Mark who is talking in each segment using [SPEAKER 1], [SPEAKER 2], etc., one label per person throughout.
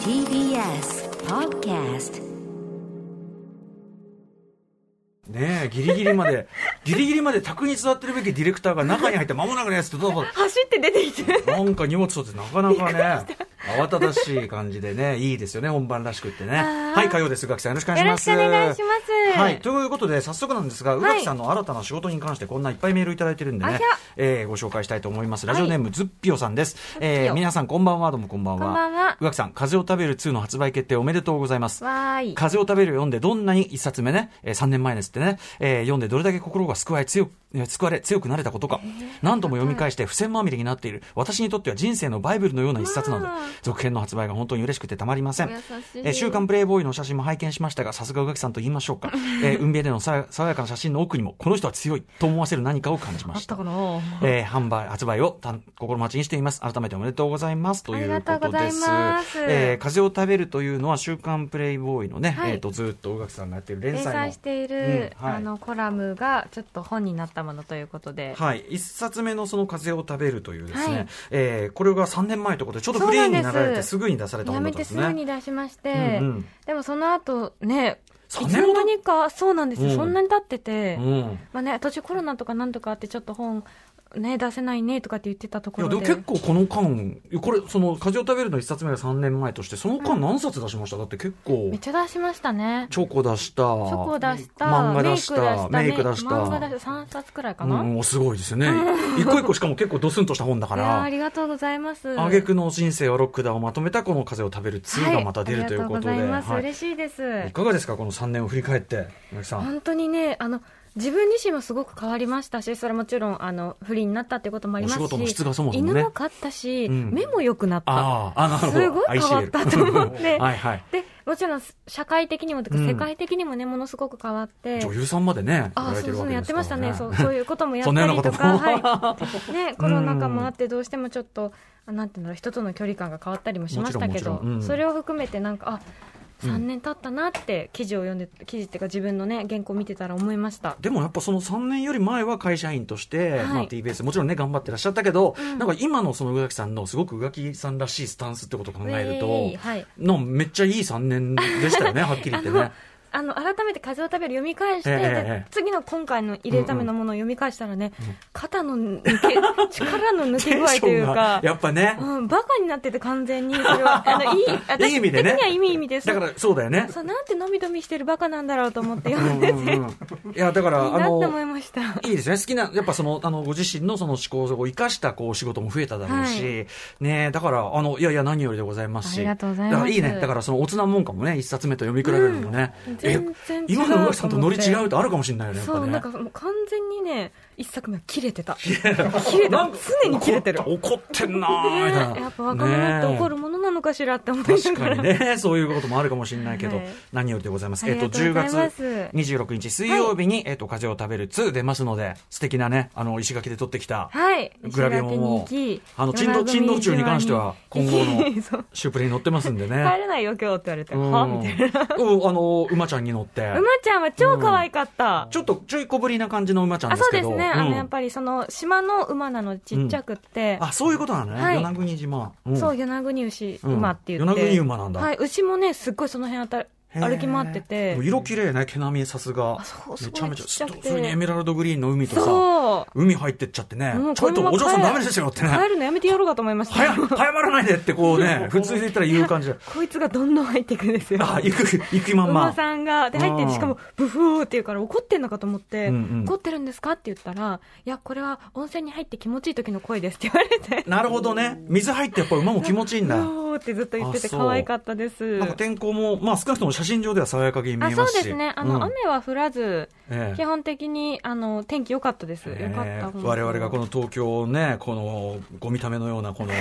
[SPEAKER 1] TBS Podcast
[SPEAKER 2] ねえギリギリま でギリギリまで卓に座ってるべきディレクターが中に入って間もなくですってどうぞ
[SPEAKER 3] 走って出てきて
[SPEAKER 2] なんか荷物取ってなかな かね慌ただしい感じでねいいですよね本番らしくってねはい火曜です宇垣さんよろしくお願いします
[SPEAKER 3] よろしくお願いします
[SPEAKER 2] はいということで早速なんですが宇垣さんの新たな仕事に関してこんないっぱいメールいただいてるんで
[SPEAKER 3] あ
[SPEAKER 2] ね
[SPEAKER 3] ひゃ、
[SPEAKER 2] えーご紹介したいと思いますラジオネームズッピオさんです、え
[SPEAKER 3] ズッピ
[SPEAKER 2] ー
[SPEAKER 3] オ
[SPEAKER 2] 皆さんこんばんはどうもこんばんは
[SPEAKER 3] こんばんは
[SPEAKER 2] 宇垣さん風を食べる2の発売決定おめでとうございます
[SPEAKER 3] わーい
[SPEAKER 2] 風を食べるを読んでどんなに一冊目ね、えー、3年前ですってね、えー読んでどれだけ心が救われ強く、えー救われ強くなれたことか、何度も読み返して付箋まみれになっている私にとっては人生のバイブルのような一冊など
[SPEAKER 3] わあ
[SPEAKER 2] 続編の発売が本当に嬉しくてたまりません
[SPEAKER 3] お優しい
[SPEAKER 2] えー週刊プレイボーイの写真も拝見しましたがさすが宇垣さんと言いましょうか、えー、運命でのさ爽やかな写真の奥にもこの人は強いと思わせる何かを感じま
[SPEAKER 3] あ
[SPEAKER 2] し
[SPEAKER 3] ったたかな
[SPEAKER 2] えー販売、発売をたん心待ちにしています。改めておめでとうございます。とい
[SPEAKER 3] あ
[SPEAKER 2] う
[SPEAKER 3] りがと
[SPEAKER 2] こ
[SPEAKER 3] う
[SPEAKER 2] と
[SPEAKER 3] ござ
[SPEAKER 2] で
[SPEAKER 3] い
[SPEAKER 2] す。
[SPEAKER 3] ます
[SPEAKER 2] えー風を食べるというのは、週刊プレイボーイのね、
[SPEAKER 3] はい
[SPEAKER 2] えっ、と、ずっと大垣さんがやってる連
[SPEAKER 3] 連
[SPEAKER 2] 載の。
[SPEAKER 3] 載している、
[SPEAKER 2] うんはい
[SPEAKER 3] あのコラムがちょっと本になったものということで、
[SPEAKER 2] はい。一冊目のその風を食べるというですね、
[SPEAKER 3] はい
[SPEAKER 2] えーこれが3年前ということで、ちょっとフリーに
[SPEAKER 3] そ
[SPEAKER 2] な
[SPEAKER 3] う
[SPEAKER 2] ら
[SPEAKER 3] なん
[SPEAKER 2] れ
[SPEAKER 3] で
[SPEAKER 2] て
[SPEAKER 3] す
[SPEAKER 2] すぐに出されたも
[SPEAKER 3] やめ
[SPEAKER 2] のだったん
[SPEAKER 3] て
[SPEAKER 2] です
[SPEAKER 3] す
[SPEAKER 2] ね。
[SPEAKER 3] ぐに出しまして、
[SPEAKER 2] うんうん
[SPEAKER 3] でもその後ねい
[SPEAKER 2] 三
[SPEAKER 3] つ
[SPEAKER 2] 年
[SPEAKER 3] の
[SPEAKER 2] も
[SPEAKER 3] 間にかそうなんですよ、
[SPEAKER 2] うん
[SPEAKER 3] そんなに経ってて、
[SPEAKER 2] うん。
[SPEAKER 3] まあね、途中コロナとかなんとかあってちょっと本ね出せないねとかって言ってたと
[SPEAKER 2] い
[SPEAKER 3] こ
[SPEAKER 2] や
[SPEAKER 3] ろ
[SPEAKER 2] で
[SPEAKER 3] で
[SPEAKER 2] も結構この間、いやこれ、その、風を食べるの一冊目が3年前として、その間何冊出しました、だって結構
[SPEAKER 3] めっ、ちゃ出しましたね
[SPEAKER 2] チョコ出した、チ
[SPEAKER 3] チョコ出した
[SPEAKER 2] 漫
[SPEAKER 3] メ
[SPEAKER 2] 画出
[SPEAKER 3] イ
[SPEAKER 2] し、
[SPEAKER 3] ク出したた
[SPEAKER 2] メイク出した、
[SPEAKER 3] 漫画出した3冊くらいかな、
[SPEAKER 2] うん、すごいですよね。一個一個しかも結構ドスンとした本だか
[SPEAKER 3] いやーあ
[SPEAKER 2] ら。
[SPEAKER 3] りがとうございます
[SPEAKER 2] あげくの人生はロックだをまとめたこの風を食べる2がまた出るということで。
[SPEAKER 3] はい、ありがとうございます、
[SPEAKER 2] はい
[SPEAKER 3] 嬉しいです
[SPEAKER 2] いかがですかこの3年を振り返って、宮城さん。
[SPEAKER 3] 本当にねあの自分自身もすごく変わりましたしそれはもちろんあの不利になったってこともありますし
[SPEAKER 2] お仕事の質がそもそもね
[SPEAKER 3] 犬も飼ったし、
[SPEAKER 2] うん
[SPEAKER 3] 目も良くなった
[SPEAKER 2] ああ、あなるほど。
[SPEAKER 3] すごい変わったと思って
[SPEAKER 2] ICL はいはい。
[SPEAKER 3] でもちろん社会的にもという
[SPEAKER 2] う
[SPEAKER 3] か
[SPEAKER 2] ん
[SPEAKER 3] 世界的にもね、ものすごく変わって
[SPEAKER 2] 女優さんまでね、や
[SPEAKER 3] あ
[SPEAKER 2] られ
[SPEAKER 3] そ
[SPEAKER 2] て
[SPEAKER 3] う
[SPEAKER 2] る
[SPEAKER 3] そ
[SPEAKER 2] わ
[SPEAKER 3] う
[SPEAKER 2] け
[SPEAKER 3] やっ
[SPEAKER 2] です
[SPEAKER 3] て
[SPEAKER 2] か
[SPEAKER 3] ま
[SPEAKER 2] ら
[SPEAKER 3] した
[SPEAKER 2] ね
[SPEAKER 3] ねそうそういうこともやっ
[SPEAKER 2] そんな
[SPEAKER 3] た
[SPEAKER 2] ような
[SPEAKER 3] り
[SPEAKER 2] ことと
[SPEAKER 3] か
[SPEAKER 2] も
[SPEAKER 3] はい、ね、 コロナ禍もあってどうしてもちょっとあなんていうんだろう人との距離感が変わったりもしましたけ
[SPEAKER 2] も
[SPEAKER 3] ど
[SPEAKER 2] ち、ろんもちろんうん
[SPEAKER 3] それを含めてなんかあ
[SPEAKER 2] うん
[SPEAKER 3] 3年経ったなって記事を読んで記事っていうか自分のね原稿見てたら思いました
[SPEAKER 2] でもやっぱその3年より前は会社員として、
[SPEAKER 3] はい
[SPEAKER 2] まあ、TBS もちろんね頑張ってらっしゃったけど、
[SPEAKER 3] ん
[SPEAKER 2] なんか今のその宇垣さんのすごく宇垣さんらしいスタンスってことを考えると、
[SPEAKER 3] ウェーイはい
[SPEAKER 2] のめっちゃいい3年でしたよねはっきり言ってね。
[SPEAKER 3] あの改めて「風を食べる」読み返して、
[SPEAKER 2] ええ
[SPEAKER 3] で
[SPEAKER 2] ええ
[SPEAKER 3] 次の今回の入れるためのものを読み返したらね、肩の抜け力の抜け具合というか
[SPEAKER 2] やっぱね、
[SPEAKER 3] うん、バカになってて完全にそれ はあのいい
[SPEAKER 2] い
[SPEAKER 3] 私
[SPEAKER 2] い意
[SPEAKER 3] 的
[SPEAKER 2] 味で
[SPEAKER 3] に
[SPEAKER 2] ね
[SPEAKER 3] はいい意味です
[SPEAKER 2] だからそうだよね。
[SPEAKER 3] そうなんてのびのびしてるバカなんだろうと思って
[SPEAKER 2] う
[SPEAKER 3] 読ん
[SPEAKER 2] ん
[SPEAKER 3] で
[SPEAKER 2] う
[SPEAKER 3] て、
[SPEAKER 2] ん
[SPEAKER 3] いい
[SPEAKER 2] うんいやだからあ
[SPEAKER 3] なって思い
[SPEAKER 2] の。
[SPEAKER 3] ました
[SPEAKER 2] いいですね好きな、やっぱそのあのご自身のその思考を生かしたこう仕事も増えただろうし、
[SPEAKER 3] は
[SPEAKER 2] ね、だからあの、いやいや、何よりでございますし、
[SPEAKER 3] ありがとうございます
[SPEAKER 2] だからいいね、だからそのおつなもんかもね、一冊目と読み比べるのもね、
[SPEAKER 3] うん
[SPEAKER 2] え
[SPEAKER 3] 全然違う
[SPEAKER 2] 今の上木さんとノリ違うとあるかもしれないよね、やっ
[SPEAKER 3] そ
[SPEAKER 2] ぱ
[SPEAKER 3] う
[SPEAKER 2] ね。
[SPEAKER 3] なんかもう完全にね一作目は切れてた切れてた常に切れてる
[SPEAKER 2] 怒った怒ってんなーみたいな。
[SPEAKER 3] ねやっぱ若者って怒るものなのかしらって思いな
[SPEAKER 2] 確
[SPEAKER 3] が
[SPEAKER 2] からにね、そういうこともあるかもしれないけど、
[SPEAKER 3] はい
[SPEAKER 2] 何よりでございます。
[SPEAKER 3] あ
[SPEAKER 2] え
[SPEAKER 3] り
[SPEAKER 2] っ
[SPEAKER 3] が
[SPEAKER 2] と、
[SPEAKER 3] とうござい
[SPEAKER 2] 10
[SPEAKER 3] ま
[SPEAKER 2] 月
[SPEAKER 3] す
[SPEAKER 2] 26日水曜日に、えっと、風を食べる2出ますので、素敵なね、あの、石垣で撮ってきた、
[SPEAKER 3] はい
[SPEAKER 2] グラビオ
[SPEAKER 3] 石
[SPEAKER 2] も
[SPEAKER 3] 垣に行き、
[SPEAKER 2] あの、珍道、珍道中に関しては、今後
[SPEAKER 3] そう
[SPEAKER 2] のシュープレに乗ってますん で
[SPEAKER 3] 帰
[SPEAKER 2] ね。
[SPEAKER 3] れないよ今日って言われて
[SPEAKER 2] うん
[SPEAKER 3] はみたいな
[SPEAKER 2] うんあの、馬ちゃんに乗って、
[SPEAKER 3] 馬ちゃんは超可愛かった、
[SPEAKER 2] ちょっとちょい小ぶりな感じの馬ちゃん
[SPEAKER 3] あ
[SPEAKER 2] で
[SPEAKER 3] そ
[SPEAKER 2] す
[SPEAKER 3] う
[SPEAKER 2] け
[SPEAKER 3] で
[SPEAKER 2] ど。
[SPEAKER 3] すね、あ
[SPEAKER 2] うん
[SPEAKER 3] のやっぱりその島の馬なのちっちゃくって、
[SPEAKER 2] あ、そういうことなのね。
[SPEAKER 3] はい
[SPEAKER 2] 与那国島。うん
[SPEAKER 3] そう与那国牛
[SPEAKER 2] うん
[SPEAKER 3] 馬って言って、
[SPEAKER 2] 与那国馬なんだ
[SPEAKER 3] はい、牛もねすっごいその辺あたり
[SPEAKER 2] へー
[SPEAKER 3] 歩き回ってて
[SPEAKER 2] もう色綺麗ね、毛並みさすが
[SPEAKER 3] あそ。う
[SPEAKER 2] めちゃめちゃ、
[SPEAKER 3] すごいちっちゃくて
[SPEAKER 2] それにエメラルドグリーンの海とさ、
[SPEAKER 3] そ
[SPEAKER 2] 海入ってっちゃってね
[SPEAKER 3] うもう、
[SPEAKER 2] ちょっ
[SPEAKER 3] この
[SPEAKER 2] と
[SPEAKER 3] まま
[SPEAKER 2] お嬢さん
[SPEAKER 3] 帰
[SPEAKER 2] ダメですよって
[SPEAKER 3] う帰
[SPEAKER 2] ね。
[SPEAKER 3] るのやめてやろうかと思いました
[SPEAKER 2] 早、早まらないでってこうね、普通に言ったら言う感じで。
[SPEAKER 3] こいつがどんどん入っていくんですよ
[SPEAKER 2] あ、行く、行くまん
[SPEAKER 3] 馬
[SPEAKER 2] ま。
[SPEAKER 3] さんがで入って
[SPEAKER 2] うん
[SPEAKER 3] てしかもブフーって言うから怒ってんのかと思って、
[SPEAKER 2] うんうん
[SPEAKER 3] 怒ってるんですかって言ったらいやこれは温泉に入って気持ちいい時の声ですって言われて
[SPEAKER 2] なるほどね。水入ってやっぱ馬も気持ちいいんだ。
[SPEAKER 3] うおーってずっと言ってて
[SPEAKER 2] あそう
[SPEAKER 3] 可愛かったです
[SPEAKER 2] なんか天候も、まあ少なくとも写真上では爽やかに見
[SPEAKER 3] あ
[SPEAKER 2] え
[SPEAKER 3] そ
[SPEAKER 2] ま
[SPEAKER 3] う
[SPEAKER 2] すし。
[SPEAKER 3] ですねあの、
[SPEAKER 2] うん
[SPEAKER 3] 雨は降らず
[SPEAKER 2] ええ
[SPEAKER 3] 基本的にあの天気良かったです、良かった
[SPEAKER 2] え
[SPEAKER 3] 本当
[SPEAKER 2] ー
[SPEAKER 3] に
[SPEAKER 2] 我々がこの東京をね、このご見た目のような、この、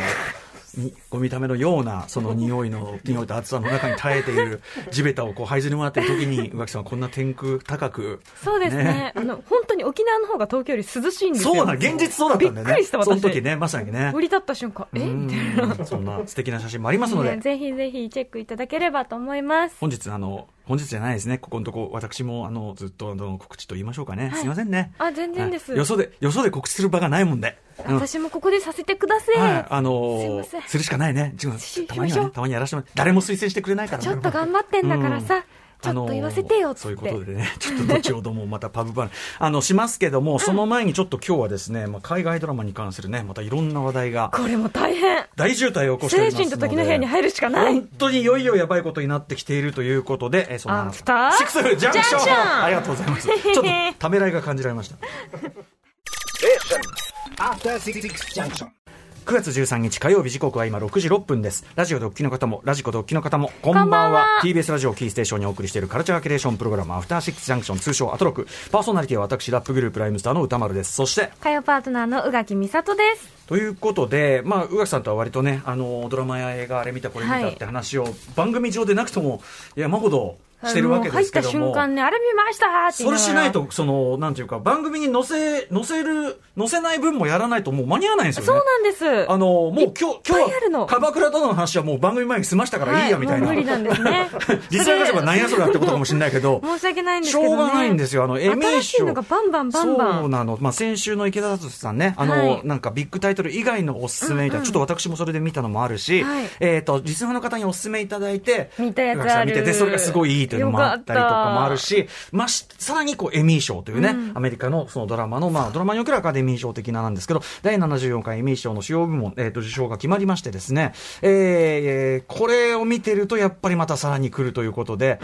[SPEAKER 2] にご見た目のような、その匂 いの、匂いと暑さの中に耐えている地べたをこう、這いずり回ってる 時に、宇垣さんはこんな天空高く、
[SPEAKER 3] そうですねあの本当に沖縄の方が東京より涼しいんですよ
[SPEAKER 2] そうな、現実そうだったんだよね。
[SPEAKER 3] びっくりした私
[SPEAKER 2] その時ね、まさにね
[SPEAKER 3] 降。り立った瞬間え
[SPEAKER 2] う
[SPEAKER 3] みたい
[SPEAKER 2] んそんな素敵な写真もありますの
[SPEAKER 3] な
[SPEAKER 2] で
[SPEAKER 3] ね、ぜひぜひチェックいただければと思います
[SPEAKER 2] 本日、あの、本日じゃないですね、ここのとこ、私もあのずっとあの告知と言いましょうかね、すいませんね。
[SPEAKER 3] あ全然です
[SPEAKER 2] はいよそで、よそで告知する場がないもんで。うん
[SPEAKER 3] 私もここでさせてください。
[SPEAKER 2] はい、あの
[SPEAKER 3] すいま
[SPEAKER 2] ー
[SPEAKER 3] せん
[SPEAKER 2] するしかないね。違う
[SPEAKER 3] し
[SPEAKER 2] たまに
[SPEAKER 3] しま
[SPEAKER 2] は
[SPEAKER 3] しょ
[SPEAKER 2] ね
[SPEAKER 3] う、
[SPEAKER 2] たまにやらしてもらう誰も推薦してくれないからね
[SPEAKER 3] ちょっと頑張ってんだからさ、ちょ
[SPEAKER 2] あ
[SPEAKER 3] っ
[SPEAKER 2] の
[SPEAKER 3] と
[SPEAKER 2] ー
[SPEAKER 3] 言わせてよっつって。
[SPEAKER 2] そういうことでね、 ちょっと後ほどもまたパブバーあの、しますけども、その前にちょっと今日はですね、まあ、海外ドラマに関するね、またいろんな話題が、
[SPEAKER 3] これも大変。
[SPEAKER 2] 大渋滞を起こしており
[SPEAKER 3] 精
[SPEAKER 2] ますので。
[SPEAKER 3] 神と時の部屋に入るしかない。
[SPEAKER 2] 本当にいよいよやばいことになってきているということで、えーその
[SPEAKER 3] アフター
[SPEAKER 2] シックスジャンクシ
[SPEAKER 3] ジャンク
[SPEAKER 2] ョン
[SPEAKER 3] ション
[SPEAKER 2] ありがとうございます。ちょっとためらいが感じられました。
[SPEAKER 4] After Six Junction.
[SPEAKER 2] 9月13日火曜日時刻は今6時6分ですラジオでお聞きの方もラジコでお聞きの方もこんばんは
[SPEAKER 3] こんばんは
[SPEAKER 2] TBS ラジオキーステーションにお送りしているカルチャーキュレーションプログラム「アフターシックスジャンクション」通称アトロクパーソナリティは私ラップグループライムスターの歌丸ですそして
[SPEAKER 3] 火曜パートナーの宇垣美里です。
[SPEAKER 2] ということで、まあ、宇垣さんとは割とねあのドラマや映画あれ見たこれ見たって話を、番組上でなくとも山ほどしてるわけですけども
[SPEAKER 3] 入った瞬間ね、あれ見ましたーって
[SPEAKER 2] それしな
[SPEAKER 3] 言
[SPEAKER 2] いと、その、なんていうか、番組に載せ、載せる、載せない分もやらないともう間に合わないんですよね。
[SPEAKER 3] そうなんです。
[SPEAKER 2] あの、もう今日、今
[SPEAKER 3] いっぱいある
[SPEAKER 2] 日は、
[SPEAKER 3] の
[SPEAKER 2] 鎌倉殿の話はもう番組前に済ましたからいいや、みたいな。。
[SPEAKER 3] はもう無理なんですね。
[SPEAKER 2] リスナーの人が何やそれだってことかもしれないけど
[SPEAKER 3] 申し訳ないんです
[SPEAKER 2] し
[SPEAKER 3] けど、ね。
[SPEAKER 2] ょうがないんですよ。あの、エミー
[SPEAKER 3] 新しい
[SPEAKER 2] 賞。
[SPEAKER 3] のがバンバンバンバ
[SPEAKER 2] そう
[SPEAKER 3] ン。
[SPEAKER 2] なの。まあ、先週の池田達さんね、あの、
[SPEAKER 3] はい
[SPEAKER 2] なんかビッグタイトル以外のおすすめみたいな、ちょっと私もそれで見たのもあるし、
[SPEAKER 3] はい
[SPEAKER 2] えっ、と、リスナーの方におすすめいただいて、
[SPEAKER 3] 見たやつある
[SPEAKER 2] 宇垣さん見てて、それがすごいいいというのもあったりとかもあるし、まあ、しさらにこう、エミー賞というね、アメリカのそのドラマの、まあ、ドラマにおけるアカデミー賞的ななんですけど、第74回エミー賞の主要部門、えっ、と、受賞が決まりましてですね、えーえーこれを見てると、やっぱりまたさらに来るということで、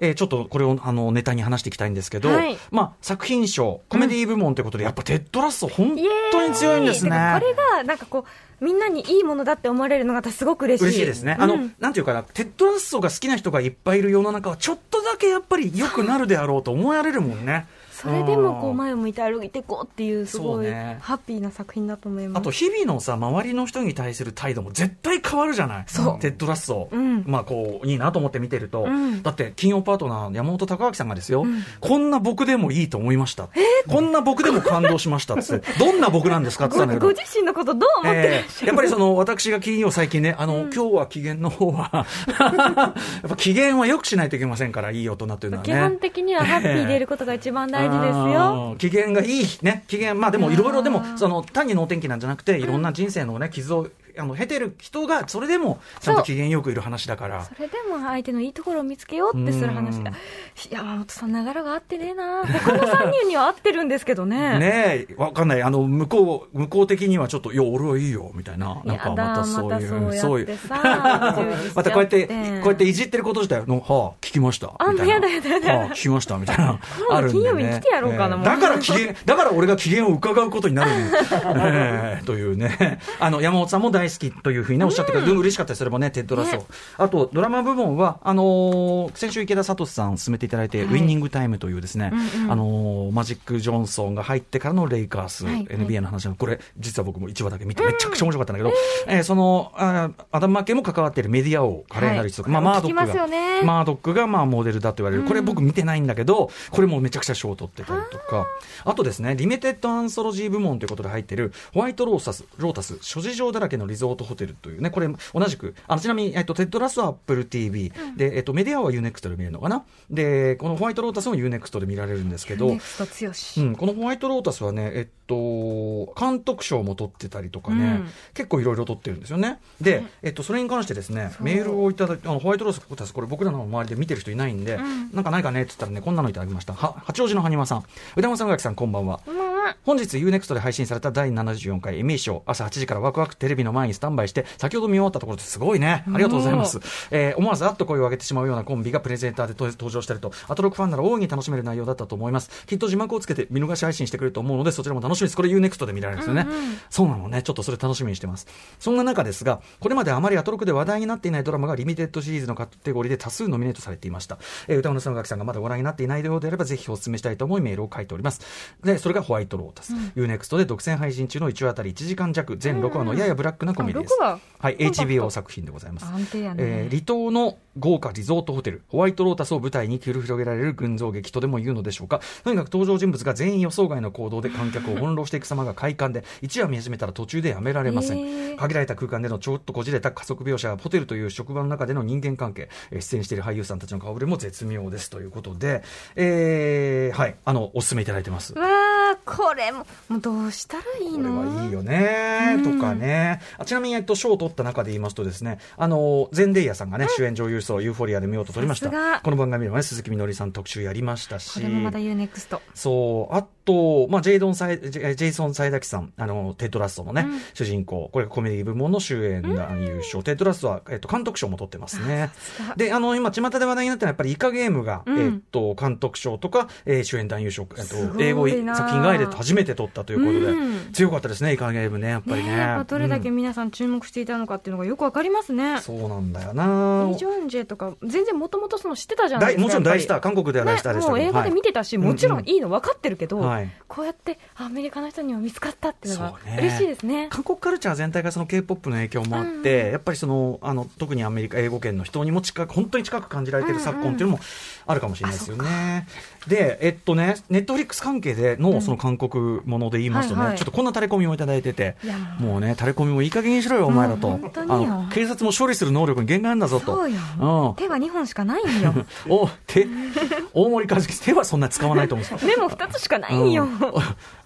[SPEAKER 2] えーちょっとこれを、あの、ネタに話していきたいんですけど、
[SPEAKER 3] はい
[SPEAKER 2] まあ、作品賞、コメディ部門ということで、やっぱテッドラッソ、本当に強いんですね。
[SPEAKER 3] イエーイだからこれが、なんかこう、みんなにいいものだって思われるのが私すごく嬉しい。
[SPEAKER 2] 嬉しいですね。あの、なんていうかな、テッドラッソが好きな人がいっぱいいる世の中は、ちょっとだけやっぱり良くなるであろうと思われるもんね。
[SPEAKER 3] それでもこう
[SPEAKER 2] うん
[SPEAKER 3] 前を向いて歩いていこうっていうす
[SPEAKER 2] そう
[SPEAKER 3] ごい
[SPEAKER 2] ね
[SPEAKER 3] ハッピーな作品だと思います。
[SPEAKER 2] あと日々のさ周りの人に対する態度も絶対変わるじゃないテッドラッソ、
[SPEAKER 3] ん
[SPEAKER 2] まあこういいなと思って見てると、
[SPEAKER 3] ん
[SPEAKER 2] だって金曜パートナーの山本隆明さんがですよ、こんな僕でもいいと思いました、こんな僕でも感動しましたっつってどんな僕なんですかって言ったんだけ
[SPEAKER 3] ご
[SPEAKER 2] ど
[SPEAKER 3] ご自身のことどう思ってらっ
[SPEAKER 2] え
[SPEAKER 3] し
[SPEAKER 2] ー
[SPEAKER 3] ゃ
[SPEAKER 2] や
[SPEAKER 3] る、
[SPEAKER 2] っぱりその私が金曜最近ね、あの、今日は機嫌の方は、 やっぱ機嫌は良くしないといけませんから、いい大人というのは ね。
[SPEAKER 3] 基本的にはハッピーでいることが一番大事ですよ。
[SPEAKER 2] あー。機嫌がいいね、機嫌、まあでもいろいろ、
[SPEAKER 3] あー
[SPEAKER 2] でもその単に能天気なんじゃなくて、いろんな人生のね、傷をあの経てる人が、それでもちゃんと機嫌よくいる話だから
[SPEAKER 3] そ。れでも相手のいいところを見つけようってする話
[SPEAKER 2] う
[SPEAKER 3] が、山本さん、流れが合ってねえな、他の3人には合ってるんですけどね。
[SPEAKER 2] ねえ、わかんない。あの、向こう、向こう的にはちょっと、いや、俺はいいよ、みたいな。なん
[SPEAKER 3] や
[SPEAKER 2] か、
[SPEAKER 3] だ
[SPEAKER 2] またそうい
[SPEAKER 3] ま
[SPEAKER 2] う、
[SPEAKER 3] た
[SPEAKER 2] そ
[SPEAKER 3] そうう
[SPEAKER 2] い
[SPEAKER 3] やって
[SPEAKER 2] う。
[SPEAKER 3] さ充実しちゃって
[SPEAKER 2] またこうやって、こうやっていじってること自体の、はあ、聞きました。
[SPEAKER 3] あ
[SPEAKER 2] みたいな
[SPEAKER 3] やだやだやだ
[SPEAKER 2] はあ、聞きました、みたいな。
[SPEAKER 3] 今度
[SPEAKER 2] あるんでね
[SPEAKER 3] 金曜日に来てやろうかな
[SPEAKER 2] え
[SPEAKER 3] もう
[SPEAKER 2] えだから機嫌、だから俺が機嫌を伺うことに なるんでええというね。あの、山本さんも大好きというふうにね、おっしゃってくれて、でも嬉しかったです。それもね、テッドラッソ。
[SPEAKER 3] ね
[SPEAKER 2] あと、ドラマ部門は、あのー先週池田聡さん進めていただいて、ウィニングタイムというですね、あのーマジック・ジョンソンが入ってからのレイカース、
[SPEAKER 3] はいはい
[SPEAKER 2] NBA の話の、これ、実は僕も1話だけ見て、めちゃくちゃ面白かったんだけど、えーその、あーアダム・マッケイも関わっているメディア王、華麗なる一族、
[SPEAKER 3] はい
[SPEAKER 2] まあ、マー
[SPEAKER 3] 聞
[SPEAKER 2] ド
[SPEAKER 3] き
[SPEAKER 2] ック
[SPEAKER 3] ま
[SPEAKER 2] が、
[SPEAKER 3] すよね
[SPEAKER 2] マードックが、まあ、モデルだと言われる。これ僕見てないんだけど、これもめちゃくちゃ賞を取ってたりとか、あとですね、リメテッド・アンソロジー部門ということで入ってる、ホワイト・ローサス、ロータス、諸事情だらけのリゾートホテルというね、これ、同じく、あのちなみに、えっと、テッドラスは Apple TV、で、えっと、メディアは UNEXT で見れるのかなで、このホワイト・ロータスも UNEXT で見られるんですけど
[SPEAKER 3] ネク、スト強し
[SPEAKER 2] うん、このホワイトロータスはね、えっと、監督賞も取ってたりとかね、
[SPEAKER 3] うん
[SPEAKER 2] 結構いろいろ取ってるんですよね。で、えっと、それに関してですね、
[SPEAKER 3] そう
[SPEAKER 2] メールをいただいあのホワイトロータス、これ僕らの周りで見てる人いないんで、なんかないかねって言ったらね、こんなのいただきました。は八王子の埴輪さん、歌間さん、宇垣さん、こんばんは。本日 UNEXT で配信された第74回エミー賞朝8時からワクワクテレビの前にスタンバイして先ほど見終わったところですごいねありがとうございます、えー思わずあっと声を上げてしまうようなコンビがプレゼンターで登登場したりとアトロックファンなら大いに楽しめる内容だったと思いますきっと字幕をつけて見逃し配信してくれると思うのでそちらも楽しみですこれ UNEXT で見られるんですよね、そうなのねちょっとそれ楽しみにしてますそんな中ですがこれまであまりアトロックで話題になっていないドラマがリミテッドシリーズのカテゴリーで多数ノミネートされていました、えー歌丸さんの楽さんがまだご覧になっていないようであればぜひお勧めしたいと思いメールを書いておりますでそれがホワイトトルを足す、UNEXT で独占配信中の1話あたり1時間弱全6話のややブラックなコメディです、
[SPEAKER 3] あ六話
[SPEAKER 2] はい、
[SPEAKER 3] コンパクト
[SPEAKER 2] HBO 作品でございます
[SPEAKER 3] 安定やね
[SPEAKER 2] えー離島の豪華リゾートホテルホワイトロータスを舞台に繰り広げられる群像劇とでも言うのでしょうかとにかく登場人物が全員予想外の行動で観客を翻弄していく様が快感で一夜見始めたら途中でやめられません、
[SPEAKER 3] へー
[SPEAKER 2] 限られた空間でのちょっとこじれた加速描写やホテルという職場の中での人間関係、えー出演している俳優さんたちの顔ぶれも絶妙ですということで、えーはいあのお勧めいただいてます
[SPEAKER 3] わあこれももうどうしたらいい
[SPEAKER 2] これ
[SPEAKER 3] の
[SPEAKER 2] はいいよねとかね、あちなみに、えっと、賞を取った中で言いますとですねあのゼンデイヤさんがね、主演女優賞ユーフォリアで見事取りまし
[SPEAKER 3] さすが
[SPEAKER 2] たこの番組でもね鈴木みのりさん特集やりました
[SPEAKER 3] こ
[SPEAKER 2] し
[SPEAKER 3] れもまた UNEXT
[SPEAKER 2] そうあと、まあ、ジェイドンサイジェジェイソン・サイダキさんあのテッドラストのね、主人公これがコメディ部門の主演男優賞、テッドラストは、えっと、監督賞も取ってますね
[SPEAKER 3] が
[SPEAKER 2] であの今巷で話題になってるのはやっぱりイカゲームが、
[SPEAKER 3] うん
[SPEAKER 2] えっと、監督賞とか、えー主演男優賞、えっ
[SPEAKER 3] すごい
[SPEAKER 2] と、
[SPEAKER 3] な
[SPEAKER 2] 英語作品外で初めて取ったということで、
[SPEAKER 3] うん
[SPEAKER 2] 強かったですね、イカゲームね、やっぱりね。
[SPEAKER 3] ねえやっぱどれだけ
[SPEAKER 2] うん
[SPEAKER 3] 皆さん注目していたのかっていうのがよくわかりますね、
[SPEAKER 2] そうなんだよな
[SPEAKER 3] イ・ジョンジェとか全然もともとその知ってたじゃない
[SPEAKER 2] 大
[SPEAKER 3] ですか
[SPEAKER 2] もちろん大スタ
[SPEAKER 3] や
[SPEAKER 2] ー、
[SPEAKER 3] っぱ
[SPEAKER 2] 韓国では大スター
[SPEAKER 3] り
[SPEAKER 2] で
[SPEAKER 3] ね、
[SPEAKER 2] した
[SPEAKER 3] もう
[SPEAKER 2] けど
[SPEAKER 3] 映画で見てたし、もちろ
[SPEAKER 2] うんんうん
[SPEAKER 3] いいの分かってるけど、
[SPEAKER 2] はい
[SPEAKER 3] こうやってアメリカの人には見つかったっていうのが
[SPEAKER 2] そうね
[SPEAKER 3] 嬉しいですね
[SPEAKER 2] 韓国カルチャー全体がその K-POP の影響もあって、やっぱりそのあの特にアメリカ英語圏の人にも近く本当に近く感じられてる昨今っていうのもあるかもしれないですよね。で、えっとね、ネットフリックス関係でのその韓国もので言いますとね、
[SPEAKER 3] はいはい
[SPEAKER 2] ちょっとこんなタレコミをいただいてて
[SPEAKER 3] いや、
[SPEAKER 2] もうねタレコミもいい加減にしろよお前らと、
[SPEAKER 3] もう本当
[SPEAKER 2] あ
[SPEAKER 3] によ
[SPEAKER 2] の警察も処理する能力に限界あるんだぞと。
[SPEAKER 3] そうよ
[SPEAKER 2] うん
[SPEAKER 3] 手は2本しかない んよ
[SPEAKER 2] お手大森和樹手はそんな使わないと思うんです
[SPEAKER 3] 目も2つしかないんよ、
[SPEAKER 2] うん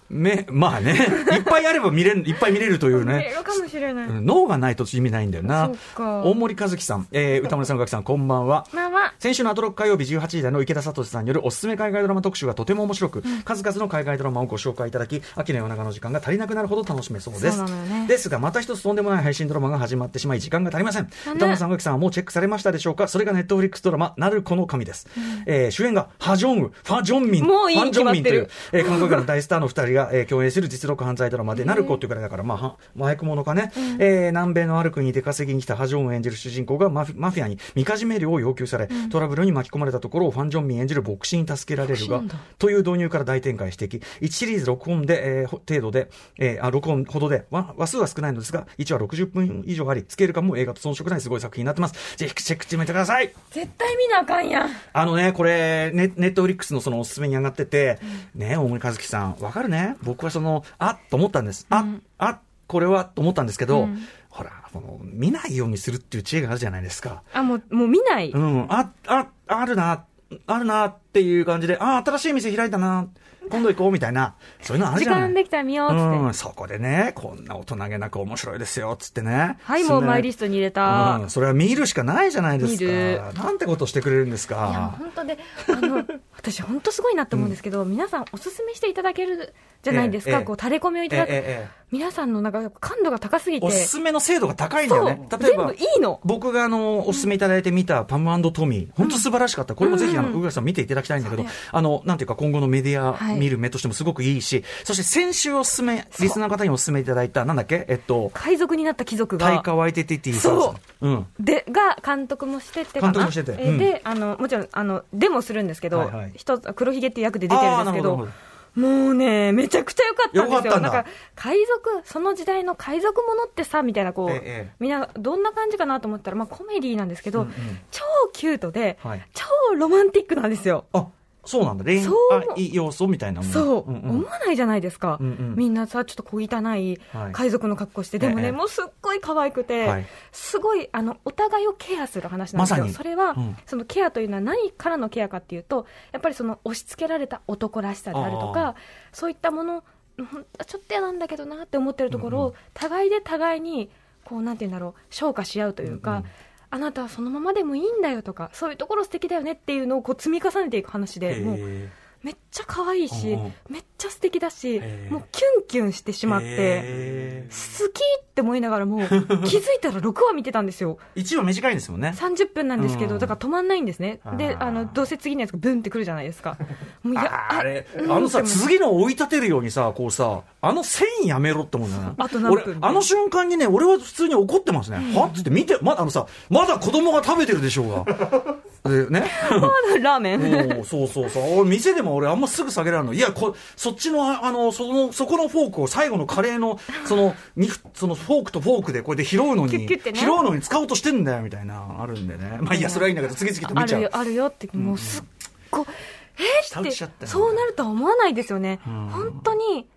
[SPEAKER 2] 目まあねいっぱいあれば見れるいっぱい見れるという
[SPEAKER 3] 見
[SPEAKER 2] ね
[SPEAKER 3] れるかもしれない、
[SPEAKER 2] うん脳がないと意味ないんだよな
[SPEAKER 3] そうか
[SPEAKER 2] 大森和樹さん、えー歌丸さん宇垣さんこんばんは
[SPEAKER 3] まあまあ
[SPEAKER 2] 先週のアトロック火曜日18時台の池田聡さんによるおすすめ海外ドラマ特集がとても面白く、数々の海外ドラマをご紹介いただき秋の夜長の時間が足りなくなるほど楽しめそうです
[SPEAKER 3] そうなのよね
[SPEAKER 2] ですがまた一つとんでもない配信ドラマが始まってしまい時間が足りません
[SPEAKER 3] あら
[SPEAKER 2] 歌丸さん宇垣さんはもうチェックされましたでしょうかそれがネットフリックスドラマ「なるこの神」です、えー主演がハ・ジョンウファ・ジョンミン
[SPEAKER 3] もういい
[SPEAKER 2] ファン・ジョンミンとい
[SPEAKER 3] 決ま
[SPEAKER 2] う
[SPEAKER 3] って、
[SPEAKER 2] えー韓国からの大スターの2人が、えー共演する実録犯罪ドラマで、ナルコっていうくらいだから、まあは、麻薬者かね、えー南米のある国に出稼ぎに来たハ・ジョンを演じる主人公がマフィマフィアにみかじめ料を要求され、トラブルに巻き込まれたところをファン・ジョンミン演じる牧師に助けられ
[SPEAKER 3] 牧
[SPEAKER 2] るが
[SPEAKER 3] 師なんだ、
[SPEAKER 2] という導入から大展開していき、1シリーズ録音で、えーほ程度で、えーあ、録音ほどで、わ話数は少ないのですが、1話60分以上あり、スケール感も映画と遜色ないすごい作品になってます。ぜひチェックしてみてください
[SPEAKER 3] 絶対見なあかんやん
[SPEAKER 2] あのね、これ、ネネットフリックスのそのおすすめに上がってて、ね、大森和樹さん、わかるね僕はその、あっと思ったんです。あ、あ、これはと思ったんですけど、ほら、この、見ないようにするっていう知恵があるじゃないですか。
[SPEAKER 3] あもうもう見ない、
[SPEAKER 2] うん、あ、あ、あるな、あるなっていう感じで、あ、新しい店開いたな、今度行こうみたいな、そういうのある
[SPEAKER 3] 時
[SPEAKER 2] じゃない
[SPEAKER 3] 間できたら見ようっつって、
[SPEAKER 2] うん、そこでね、こんな大人げなく面白いですよ、つってね。
[SPEAKER 3] はいもうマイリ
[SPEAKER 2] ス
[SPEAKER 3] ストに入れた、
[SPEAKER 2] うん、それは見るしかないじゃないです
[SPEAKER 3] 見る
[SPEAKER 2] か。なんてことしてくれるんです
[SPEAKER 3] いや
[SPEAKER 2] か。
[SPEAKER 3] 本当で、あ の私、本当すごいなと思うんですけど、皆さん、おすすめしていただけるじゃないです
[SPEAKER 2] え
[SPEAKER 3] か、
[SPEAKER 2] え
[SPEAKER 3] こう垂れ込みをいた
[SPEAKER 2] ええ
[SPEAKER 3] だく、
[SPEAKER 2] ええ
[SPEAKER 3] 皆さんのなんか感度が高すぎて、
[SPEAKER 2] おすすめの精度が高いんだよ
[SPEAKER 3] そう、
[SPEAKER 2] ね。例え
[SPEAKER 3] 全
[SPEAKER 2] ば
[SPEAKER 3] 部い、いの、
[SPEAKER 2] 僕があの、おすすめいただいてみたパムトミー、本当素晴らしかった。これもぜひ、あの、宇垣さん見ていただきたいんだけど
[SPEAKER 3] そうね、
[SPEAKER 2] あの、なんていうか今後のメディ
[SPEAKER 3] は
[SPEAKER 2] ア
[SPEAKER 3] い
[SPEAKER 2] 見る目としてもすごくいいし、そして先週おすすめ、リスナーの方におすすめいただいた、なんだっけえっと、
[SPEAKER 3] 海賊になった貴族
[SPEAKER 2] タイ
[SPEAKER 3] が。
[SPEAKER 2] カワイテティティさんですね。うん。
[SPEAKER 3] でが監督もしててかな
[SPEAKER 2] 監督もしてて
[SPEAKER 3] えー
[SPEAKER 2] うん
[SPEAKER 3] であのもちろんあのデモするんですけど、
[SPEAKER 2] はいはい
[SPEAKER 3] 一つ黒ひげっていう役で出てるんですけ
[SPEAKER 2] あーなるほ
[SPEAKER 3] ど
[SPEAKER 2] どなる
[SPEAKER 3] もうねめちゃくちゃ良かったんです
[SPEAKER 2] 良
[SPEAKER 3] よ
[SPEAKER 2] かったん
[SPEAKER 3] な
[SPEAKER 2] だ
[SPEAKER 3] んか海賊その時代の海賊ものってさみたいなこう、
[SPEAKER 2] ええええ
[SPEAKER 3] みんなどんな感じかなと思ったら、まあ、コメディなんですけど、
[SPEAKER 2] うんうん
[SPEAKER 3] 超キュートで、
[SPEAKER 2] はい
[SPEAKER 3] 超ロマンティックなんですよ
[SPEAKER 2] あ、そうなんだ。恋
[SPEAKER 3] そう
[SPEAKER 2] 愛要素みたいなもの
[SPEAKER 3] そう、
[SPEAKER 2] んん
[SPEAKER 3] 思わないじゃないですか、
[SPEAKER 2] うんうん
[SPEAKER 3] みんなさ、ちょっと小汚い
[SPEAKER 2] はい
[SPEAKER 3] 海賊の格好して、でもね、
[SPEAKER 2] ええ
[SPEAKER 3] もうすっごい可愛くて、
[SPEAKER 2] はい
[SPEAKER 3] すごいあのお互いをケアする話なんですよ、
[SPEAKER 2] まさに
[SPEAKER 3] それは、
[SPEAKER 2] うん
[SPEAKER 3] そのケアというのは何からのケアかっていうと、やっぱりその押し付けられた男らしさであると
[SPEAKER 2] あー
[SPEAKER 3] か、そういったもの、うんちょっと嫌なんだけどなって思ってるところを、
[SPEAKER 2] うん
[SPEAKER 3] 互いで互いに、こうなんて言うんだろう、消化し合うというか。
[SPEAKER 2] うんうん
[SPEAKER 3] あなたはそのままでもいいんだよとかそういうところ素敵だよねっていうのをこう積み重ねていく話で、
[SPEAKER 2] へー
[SPEAKER 3] もうめっちゃ可愛いし、
[SPEAKER 2] うんうん
[SPEAKER 3] めっちゃ素敵だし、
[SPEAKER 2] え
[SPEAKER 3] もうキュンキュンしてしまって、
[SPEAKER 2] へー
[SPEAKER 3] 好きって思いなが らも、気づいたら6話見てたんですよ。
[SPEAKER 2] 一応短いんですもんね。
[SPEAKER 3] 30分なんですけど、
[SPEAKER 2] うん
[SPEAKER 3] だから止まんないんですね
[SPEAKER 2] あ。ー
[SPEAKER 3] で、あの、どうせ次のやつがブンってくるじゃないですか。もういや、
[SPEAKER 2] ああれ、
[SPEAKER 3] うん
[SPEAKER 2] あのさ、
[SPEAKER 3] でも
[SPEAKER 2] 次の追い立てるようにさ、こうさ、あの線やめろって思うんだよね。
[SPEAKER 3] あと何分
[SPEAKER 2] 俺、あの瞬間に ね、俺は普通に怒ってますね。はっつって見て、まだあのさ、まだ子供が食べてるでしょうが。でね。
[SPEAKER 3] ラーメン。
[SPEAKER 2] もうそうそうそう俺店でも俺あんますぐ下げられるのいやこそっちのああのそのそこのフォークを最後のカレーのそのにそのフォークとフォークでこれで拾うのに
[SPEAKER 3] キュッキュッてね
[SPEAKER 2] 拾うのに使おうとしてんだよみたいなあるんでねまあいいやそれはいいんだけど次々と
[SPEAKER 3] あ
[SPEAKER 2] 見ちゃ
[SPEAKER 3] るよ
[SPEAKER 2] う、
[SPEAKER 3] あるよって、もうすっごい、
[SPEAKER 2] 下
[SPEAKER 3] え
[SPEAKER 2] 打ちしち
[SPEAKER 3] ー
[SPEAKER 2] ゃ
[SPEAKER 3] っ
[SPEAKER 2] った
[SPEAKER 3] て、
[SPEAKER 2] よ
[SPEAKER 3] そうなるとは思わないですよね。
[SPEAKER 2] ん
[SPEAKER 3] 本当に、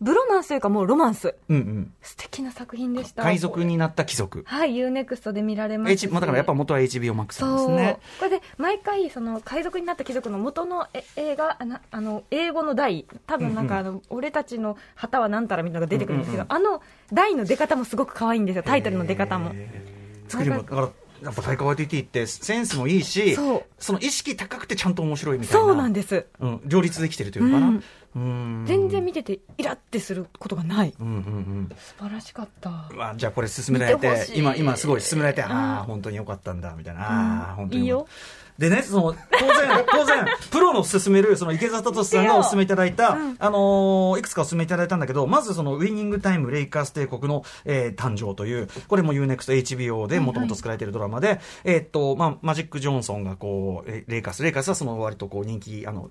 [SPEAKER 3] ブロマンスというかもうロマンス。
[SPEAKER 2] うんうん、
[SPEAKER 3] 素敵な作品でした。
[SPEAKER 2] 海賊になった貴族
[SPEAKER 3] はい、UNEXT で見られま
[SPEAKER 2] H
[SPEAKER 3] す。
[SPEAKER 2] まあだからやっぱ元は HBO Max なんで
[SPEAKER 3] そ
[SPEAKER 2] す
[SPEAKER 3] う、
[SPEAKER 2] ね
[SPEAKER 3] これで毎回その海賊になった貴族の元のえ映画あなあの英語の題多分なんかあの、俺たちの旗はなんたらみたいなのが出てくるんですけど、
[SPEAKER 2] うん
[SPEAKER 3] あの題の出方もすごく可愛いんですよタイトルの出方も、
[SPEAKER 2] へー作りもだからやっぱ大河ワティティってセンスもいいし
[SPEAKER 3] そう
[SPEAKER 2] その意識高くてちゃんと面白いみたいな
[SPEAKER 3] そうなん
[SPEAKER 2] で、
[SPEAKER 3] です
[SPEAKER 2] うん、両立できてるというかな、うん
[SPEAKER 3] 全然見ててイラってすることがない
[SPEAKER 2] うんうんうん
[SPEAKER 3] 素晴らしかった
[SPEAKER 2] うわじゃあこれ進められ
[SPEAKER 3] 見てほ
[SPEAKER 2] て
[SPEAKER 3] しい
[SPEAKER 2] 今今すごい進められてああ
[SPEAKER 3] うん
[SPEAKER 2] 本当によかったんだみたいなああ本当に
[SPEAKER 3] いいよ
[SPEAKER 2] でねその当 然当然プロの勧めるその池澤
[SPEAKER 3] 言
[SPEAKER 2] 聡さん
[SPEAKER 3] って
[SPEAKER 2] が
[SPEAKER 3] よ
[SPEAKER 2] お勧めいただいた、
[SPEAKER 3] うん
[SPEAKER 2] あのーいくつかお勧めいただいたんだけどまずそのウイニングタイムレイカース帝国の、えー誕生というこれも UNEXTHBO でもともと作られているドラマで、えーっとまあマジック・ジョンソンがこうえレイカースレイカースはその割とこう人気あの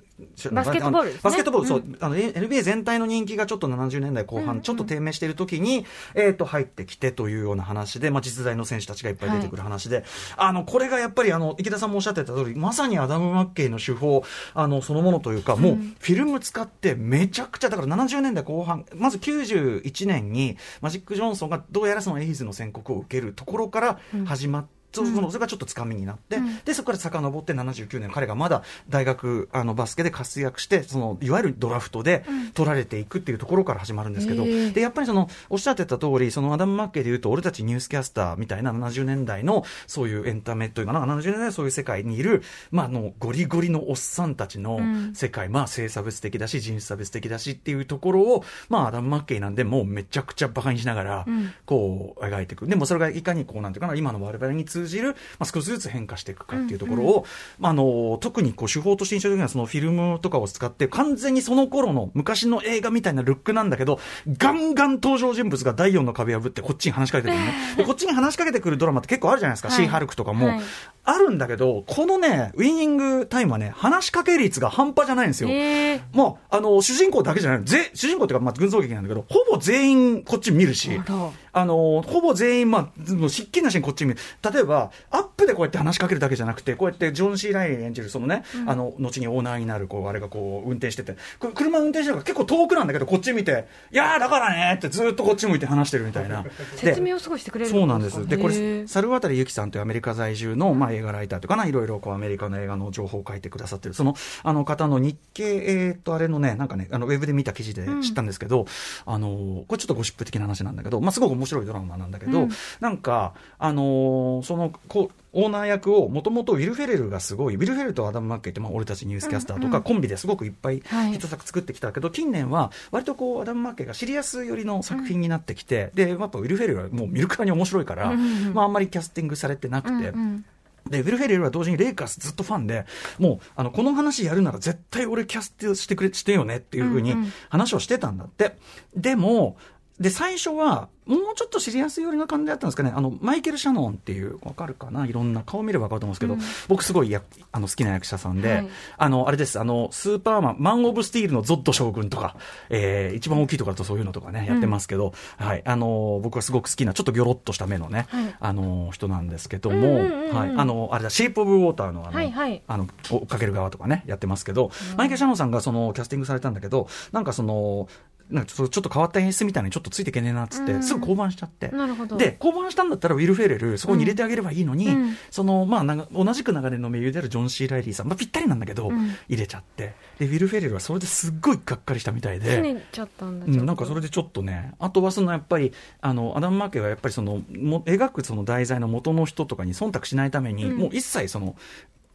[SPEAKER 3] バスケットボールですね
[SPEAKER 2] バスケットボールそうあの NBA 全体の人気がちょっと70年代後半、ちょっと低迷している時に、えー、と入ってきてというような話で、まあ、実在の選手たちがいっぱい出てくる話で、あのこれがやっぱりあの池田さんもおっしゃってた通りまさにアダム・マッケイの手法あのそのものというかもうフィルム使ってめちゃくちゃだから70年代後半まず91年にマジック・ジョンソンがどうやらそのエイズの宣告を受けるところから始まって。そそのそれがちょっとつかみになって、でそこから遡って79年彼がまだ大学あのバスケで活躍してそのいわゆるドラフトで取られていくっていうところから始まるんですけど、
[SPEAKER 3] へー
[SPEAKER 2] でやっぱりそのおっしゃってた通りそのアダム・マッケイでいうと俺たちニュースキャスターみたいな70年代のそういうエンタメというかな70年代のそういう世界にいる、まあ、あのゴリゴリのおっさんたちの
[SPEAKER 3] ん
[SPEAKER 2] 世界、まあ性差別的だし人種差別的だしっていうところを、まあ、アダム・マッケイなんでもうめちゃくちゃバカにしながら、
[SPEAKER 3] うん
[SPEAKER 2] こう描いていくでもそれがいかにこうなんていうかな今の我々に通じる、まあ、少しずつ変化していくかっていうところを、まあ、あの特にこう手法として印象的なのはそのフィルムとかを使って完全にその頃の昔の映画みたいなルックなんだけどガンガン登場人物が第4の壁破ってこっちに話しかけてくるねでこっちに話しかけてくるドラマって結構あるじゃないですか、
[SPEAKER 3] はい
[SPEAKER 2] シー・ハルクとかも、
[SPEAKER 3] はい
[SPEAKER 2] あるんだけどこのねウィニングタイムはね話しかけ率が半端じゃないんですよ。
[SPEAKER 3] えー
[SPEAKER 2] もうあの主人公だけじゃないぜ主人公っていうか、まあ、群像劇なんだけどほぼ全員こっち見るし
[SPEAKER 3] あら
[SPEAKER 2] あのほぼ全員、まあ、もうしっきりなシーンこっち見る例えばアップでこうやって話しかけるだけじゃなくてこうやってジョン・シー・ライリー演じるそのね、あの後にオーナーになるこうあれがこう運転しててこ車運転してるから結構遠くなんだけどこっち見て「いやーだからね」ってずーっとこっち向いて話してるみた いな。で
[SPEAKER 3] 説明をすごいしてくれる
[SPEAKER 2] そうなんです。
[SPEAKER 3] か
[SPEAKER 2] で、こ
[SPEAKER 3] へ
[SPEAKER 2] れ、
[SPEAKER 3] ー
[SPEAKER 2] 猿渡由紀さんというアメリカ在住の、まあ、映画ライターというかな、いろいろこうアメリカの映画の情報を書いてくださってる、その、あの方の日経、えーっと、あれのね、なんかね、あの、ウェブで見た記事で知ったんですけど、あの、これちょっとゴシップ的な話なんだけど、まあ、すごく面白いドラマなんだけ
[SPEAKER 3] う
[SPEAKER 2] ど、
[SPEAKER 3] ん
[SPEAKER 2] なんか、あのーその、こう、オーナー役をもともとウィル・フェレルがすごいウィル・フェレルとアダム・マッケイって、まあ、俺たちニュースキャスターとかコンビですごくいっぱい
[SPEAKER 3] はい
[SPEAKER 2] ヒット作作ってきたけど、近年は割とこうアダム・マッケイがシリアス寄りの作品になってきて、でやっぱウィル・フェレルはもう見るからに面白いから、
[SPEAKER 3] うんうん
[SPEAKER 2] まあ、あんまりキャスティングされてなくて。
[SPEAKER 3] うんうん
[SPEAKER 2] で、ウィル・フェレルは同時にレイカーズずっとファンで、もう、あの、この話やるなら絶対俺キャストしてくれ、してよねっていうふうに
[SPEAKER 3] うんうん
[SPEAKER 2] 話をしてたんだって。でも、で、最初は、もうちょっとシリアス寄りの感じだったんですかね。あの、マイケル・シャノンっていう、わかるかないろんな顔見ればわかると思うんですけど、
[SPEAKER 3] うん
[SPEAKER 2] 僕すごいやあの好きな役者さんで、
[SPEAKER 3] はい
[SPEAKER 2] あの、あれです、あの、スーパーマン、マン・オブ・スティールのゾッド将軍とか、えー一番大きいところだとそういうのとかね、やってますけど、はい、あの、僕はすごく好きな、ちょっとギョロッとした目のね、
[SPEAKER 3] はい
[SPEAKER 2] あの、人なんですけど
[SPEAKER 3] うん
[SPEAKER 2] も、
[SPEAKER 3] うんうんうん
[SPEAKER 2] はい、あの、あれだ、シェイプ・オブ・ウォーターのあの、
[SPEAKER 3] はいはい
[SPEAKER 2] あの、追っかける側とかね、やってますけど、マイケル・シャノンさんがその、キャスティングされたんだけど、なんかその、なんかちょっとちょっと変わった演出みたいにちょっとついていけねえなっつって、
[SPEAKER 3] うん
[SPEAKER 2] すぐ降板しちゃって。
[SPEAKER 3] なるほど
[SPEAKER 2] で、降板したんだったらウィル・フェレル、そこに入れてあげればいいのに、
[SPEAKER 3] うん
[SPEAKER 2] その、まあ、なんか同じく流れの名優であるジョン・シー・ライリーさん、まあ、ぴったりなんだけど、
[SPEAKER 3] うん
[SPEAKER 2] 入れちゃって。で、ウィル・フェレルはそれですっごいがっかりしたみたいで。
[SPEAKER 3] 拗ねちゃったんだ
[SPEAKER 2] うん、なんかそれ
[SPEAKER 3] で
[SPEAKER 2] でちょっとね、あとはそのやっぱり、あのアダム・マーケイはやっぱりそのも描くその題材の元の人とかに忖度しないために、
[SPEAKER 3] うん
[SPEAKER 2] もう一切その。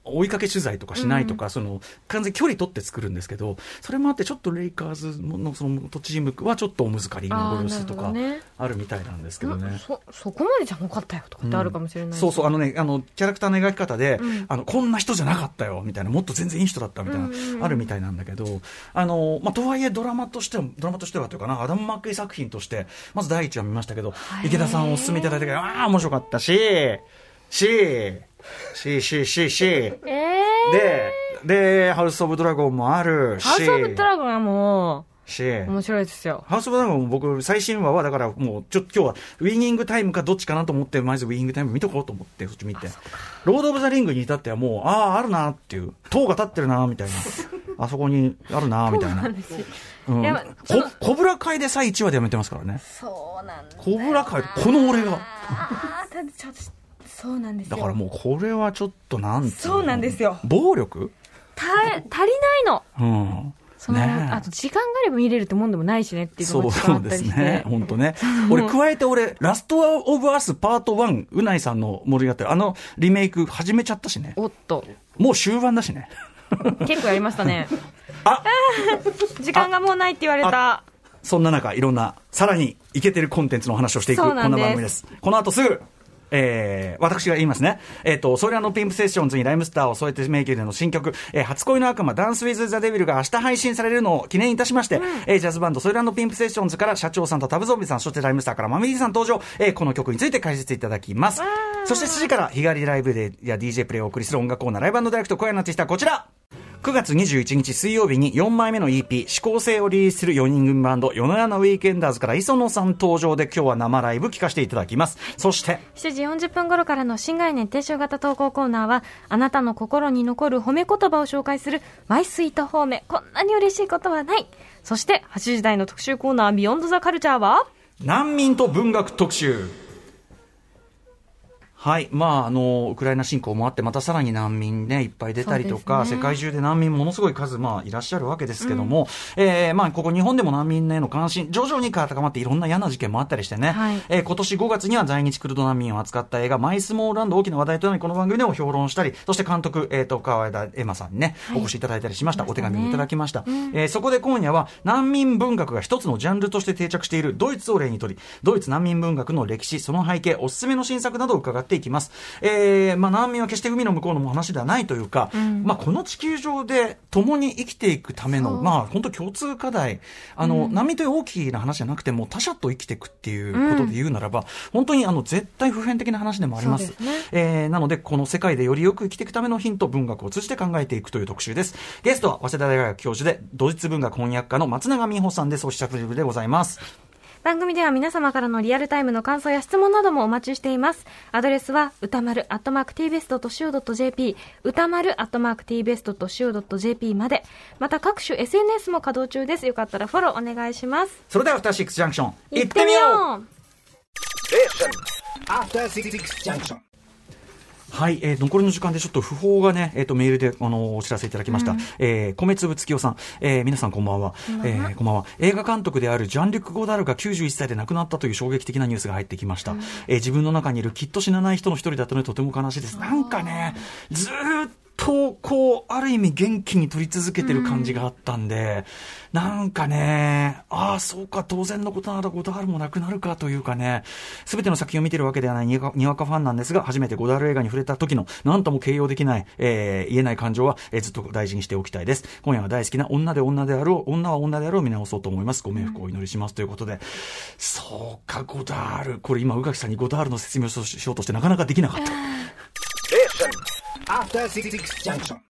[SPEAKER 2] 追いかけ取材とかしないとか、その完全に距離取って作るんですけどそれもあってちょっとレイカーズのその元チームはちょっとお難しいなご様子と
[SPEAKER 3] あ
[SPEAKER 2] か
[SPEAKER 3] ーなるほどね
[SPEAKER 2] あるみたいなんですけどね。
[SPEAKER 3] そそこまでじゃなかったよとかってあるかもしれないし、
[SPEAKER 2] そうそう
[SPEAKER 3] う
[SPEAKER 2] あのねあのキャラクターの描き方で、
[SPEAKER 3] うん
[SPEAKER 2] あのこんな人じゃなかったよみたいなもっと全然いい人だったみたいな、
[SPEAKER 3] うんうんうん
[SPEAKER 2] あるみたいなんだけどあの、まあ、とはいえドラマとしてはドラマとしてはというかなアダム・マッケイ作品としてまず第一話見ましたけど池田さんお勧めいただいたけどああ面白かったししし、し、し、し。
[SPEAKER 3] ええ
[SPEAKER 2] で、で、ハウス・オブ・ドラゴンもあるし、
[SPEAKER 3] ハウス・オブ・ドラゴンはも
[SPEAKER 2] し、
[SPEAKER 3] う、面白いですよ。
[SPEAKER 2] ハウス・オブ・ドラゴンも僕、最新話は、だからもう、ちょっと今日は、ウィニングタイムかどっちかなと思って、まずウィニングタイム見とこうと思って、そっち見て。ロード・オブ・ザ・リングに至ってはもう、ああ、あるなっていう、塔が立ってるなみたいな。あそこにあるなみたいな。うん
[SPEAKER 3] いやそ
[SPEAKER 2] こ
[SPEAKER 3] の
[SPEAKER 2] コブラ会でさえ1話でやめてますからね。
[SPEAKER 3] そうなんだ。
[SPEAKER 2] コブラ会、この俺が。
[SPEAKER 3] ああ、だってちょっと、そうなんですよ。
[SPEAKER 2] だからもう、これはちょっとなんていの
[SPEAKER 3] そうなんですよ
[SPEAKER 2] 暴力
[SPEAKER 3] た足りないの。
[SPEAKER 2] うん。
[SPEAKER 3] その、
[SPEAKER 2] ねえ
[SPEAKER 3] あと時間があれば見れるってもんでもないしねっていうの
[SPEAKER 2] そ
[SPEAKER 3] が
[SPEAKER 2] う
[SPEAKER 3] ちょっとあった
[SPEAKER 2] で
[SPEAKER 3] り
[SPEAKER 2] す
[SPEAKER 3] して。
[SPEAKER 2] ね、本当ね。俺、加えて俺、ラストオブアースパート1、うないさんの森語り、あのリメイク始めちゃったしね。
[SPEAKER 3] おっと、
[SPEAKER 2] もう終盤だしね。
[SPEAKER 3] 結構やりましたね。
[SPEAKER 2] あ
[SPEAKER 3] 時間がもうないって言われた。
[SPEAKER 2] そんな中、いろんな、さらにイケてるコンテンツのお話をしていく、
[SPEAKER 3] そ
[SPEAKER 2] こ
[SPEAKER 3] うんなん
[SPEAKER 2] な
[SPEAKER 3] です
[SPEAKER 2] 番組です。この後すぐ、えー、私が言いますね。えっ、と、ソイラのピンプセッションズにライムスターを添えて名義での新曲、えー初恋の悪魔、ダンスウィズ・ザ・デビルが明日配信されるのを記念いたしまして、えージャズバンド、ソイラのピンプセッションズから社長さんとタブゾンビさん、そしてライムスターからマミリーさん登場、えーこの曲について解説いただきます。そして7時から日帰りライブでや DJ プレイをお送りする音楽コーナー、ライブダイレクト、今夜になってきたこちら9月21日水曜日に4枚目の EP「指向性」をリリースする4人組バンド「夜な夜なウィーケンダーズ」から磯野さん登場で今日は生ライブ聴かせていただきますそして
[SPEAKER 3] 7時40分頃からの新概念提唱型投稿コーナーは、あなたの心に残る褒め言葉を紹介する、マイスイート褒め。こんなに嬉しいことはない。そして、8時台の特集コーナー、ビヨンドザカルチャーは、
[SPEAKER 2] 難民と文学特集はいまあ、あのウクライナ侵攻もあってまたさらに難民、ね、いっぱい出たりとか、
[SPEAKER 3] そうですね
[SPEAKER 2] 世界中で難民ものすごい数、まあ、いらっしゃるわけですけども、えーまあ、ここ日本でも難民への関心徐々に高まっていろんな嫌な事件もあったりしてね、
[SPEAKER 3] はい
[SPEAKER 2] えー今年5月には在日クルド難民を扱った映画「マイスモーランド」大きな話題となりこの番組でも評論したりそして監督、えー、と川枝エマさんに、ねお越しいただいたりしました、お手紙もいただきました、えーそこで今夜は難民文学が一つのジャンルとして定着しているドイツを例にとりドイツ難民文学の歴史その背景おすすめの新作などを伺っていきます、えーまあ、難民は決して海の向こうの話ではないというか、まあ、この地球上で共に生きていくための、まあ、本当共通課題あの、難民という大きな話じゃなくても他者と生きていくっていうことで言うならば、本当にあの絶対普遍的な話でもあります
[SPEAKER 3] そうですね
[SPEAKER 2] えーなのでこの世界でよりよく生きていくためのヒント文学を通じて考えていくという特集ですゲストは早稲田大学教授でドイツ文学翻訳家の松永美穂さんですお久しぶりでございます
[SPEAKER 3] 番組では皆様からのリアルタイムの感想や質問などもお待ちしています。アドレスは、歌丸、アットマーク tbest.co.jp、歌丸、アットマーク tbest.co.jp まで。また各種 SNS も稼働中です。よかったらフォローお願いします。
[SPEAKER 2] それでは「アフターシックスジャンクション」行
[SPEAKER 3] 行
[SPEAKER 2] っ
[SPEAKER 3] ってて
[SPEAKER 2] み
[SPEAKER 3] み
[SPEAKER 2] よう
[SPEAKER 3] よう
[SPEAKER 4] After Six Junction.
[SPEAKER 2] はい、えー残りの時間でちょっと不法がね、えー、とメールで、あのーお知らせいただきました、えー米粒月夫さん、えー皆さんこんばんは、えーこんばんは映画監督であるジャン・リュック・ゴダールが91歳で亡くなったという衝撃的なニュースが入ってきました、えー自分の中にいるきっと死なない人の一人だったのでとても悲しいですなんかねずーっとこうある意味元気に取り続けてる感じがあったんで、なんかねああそうか当然のことならゴダールもなくなるかというかね全ての作品を見てるわけではないにわにわかファンなんですが初めてゴダール映画に触れた時の何とも形容できない、えー言えない感情は、えーずっと大事にしておきたいです今夜は大好きな女で女であろう女は女であろうを見直そうと思いますご冥福をお祈りしますということで、そうかゴダールこれ今宇垣さんにゴダールの説明をししようとしてなかなかできなかった
[SPEAKER 4] After Six Junction.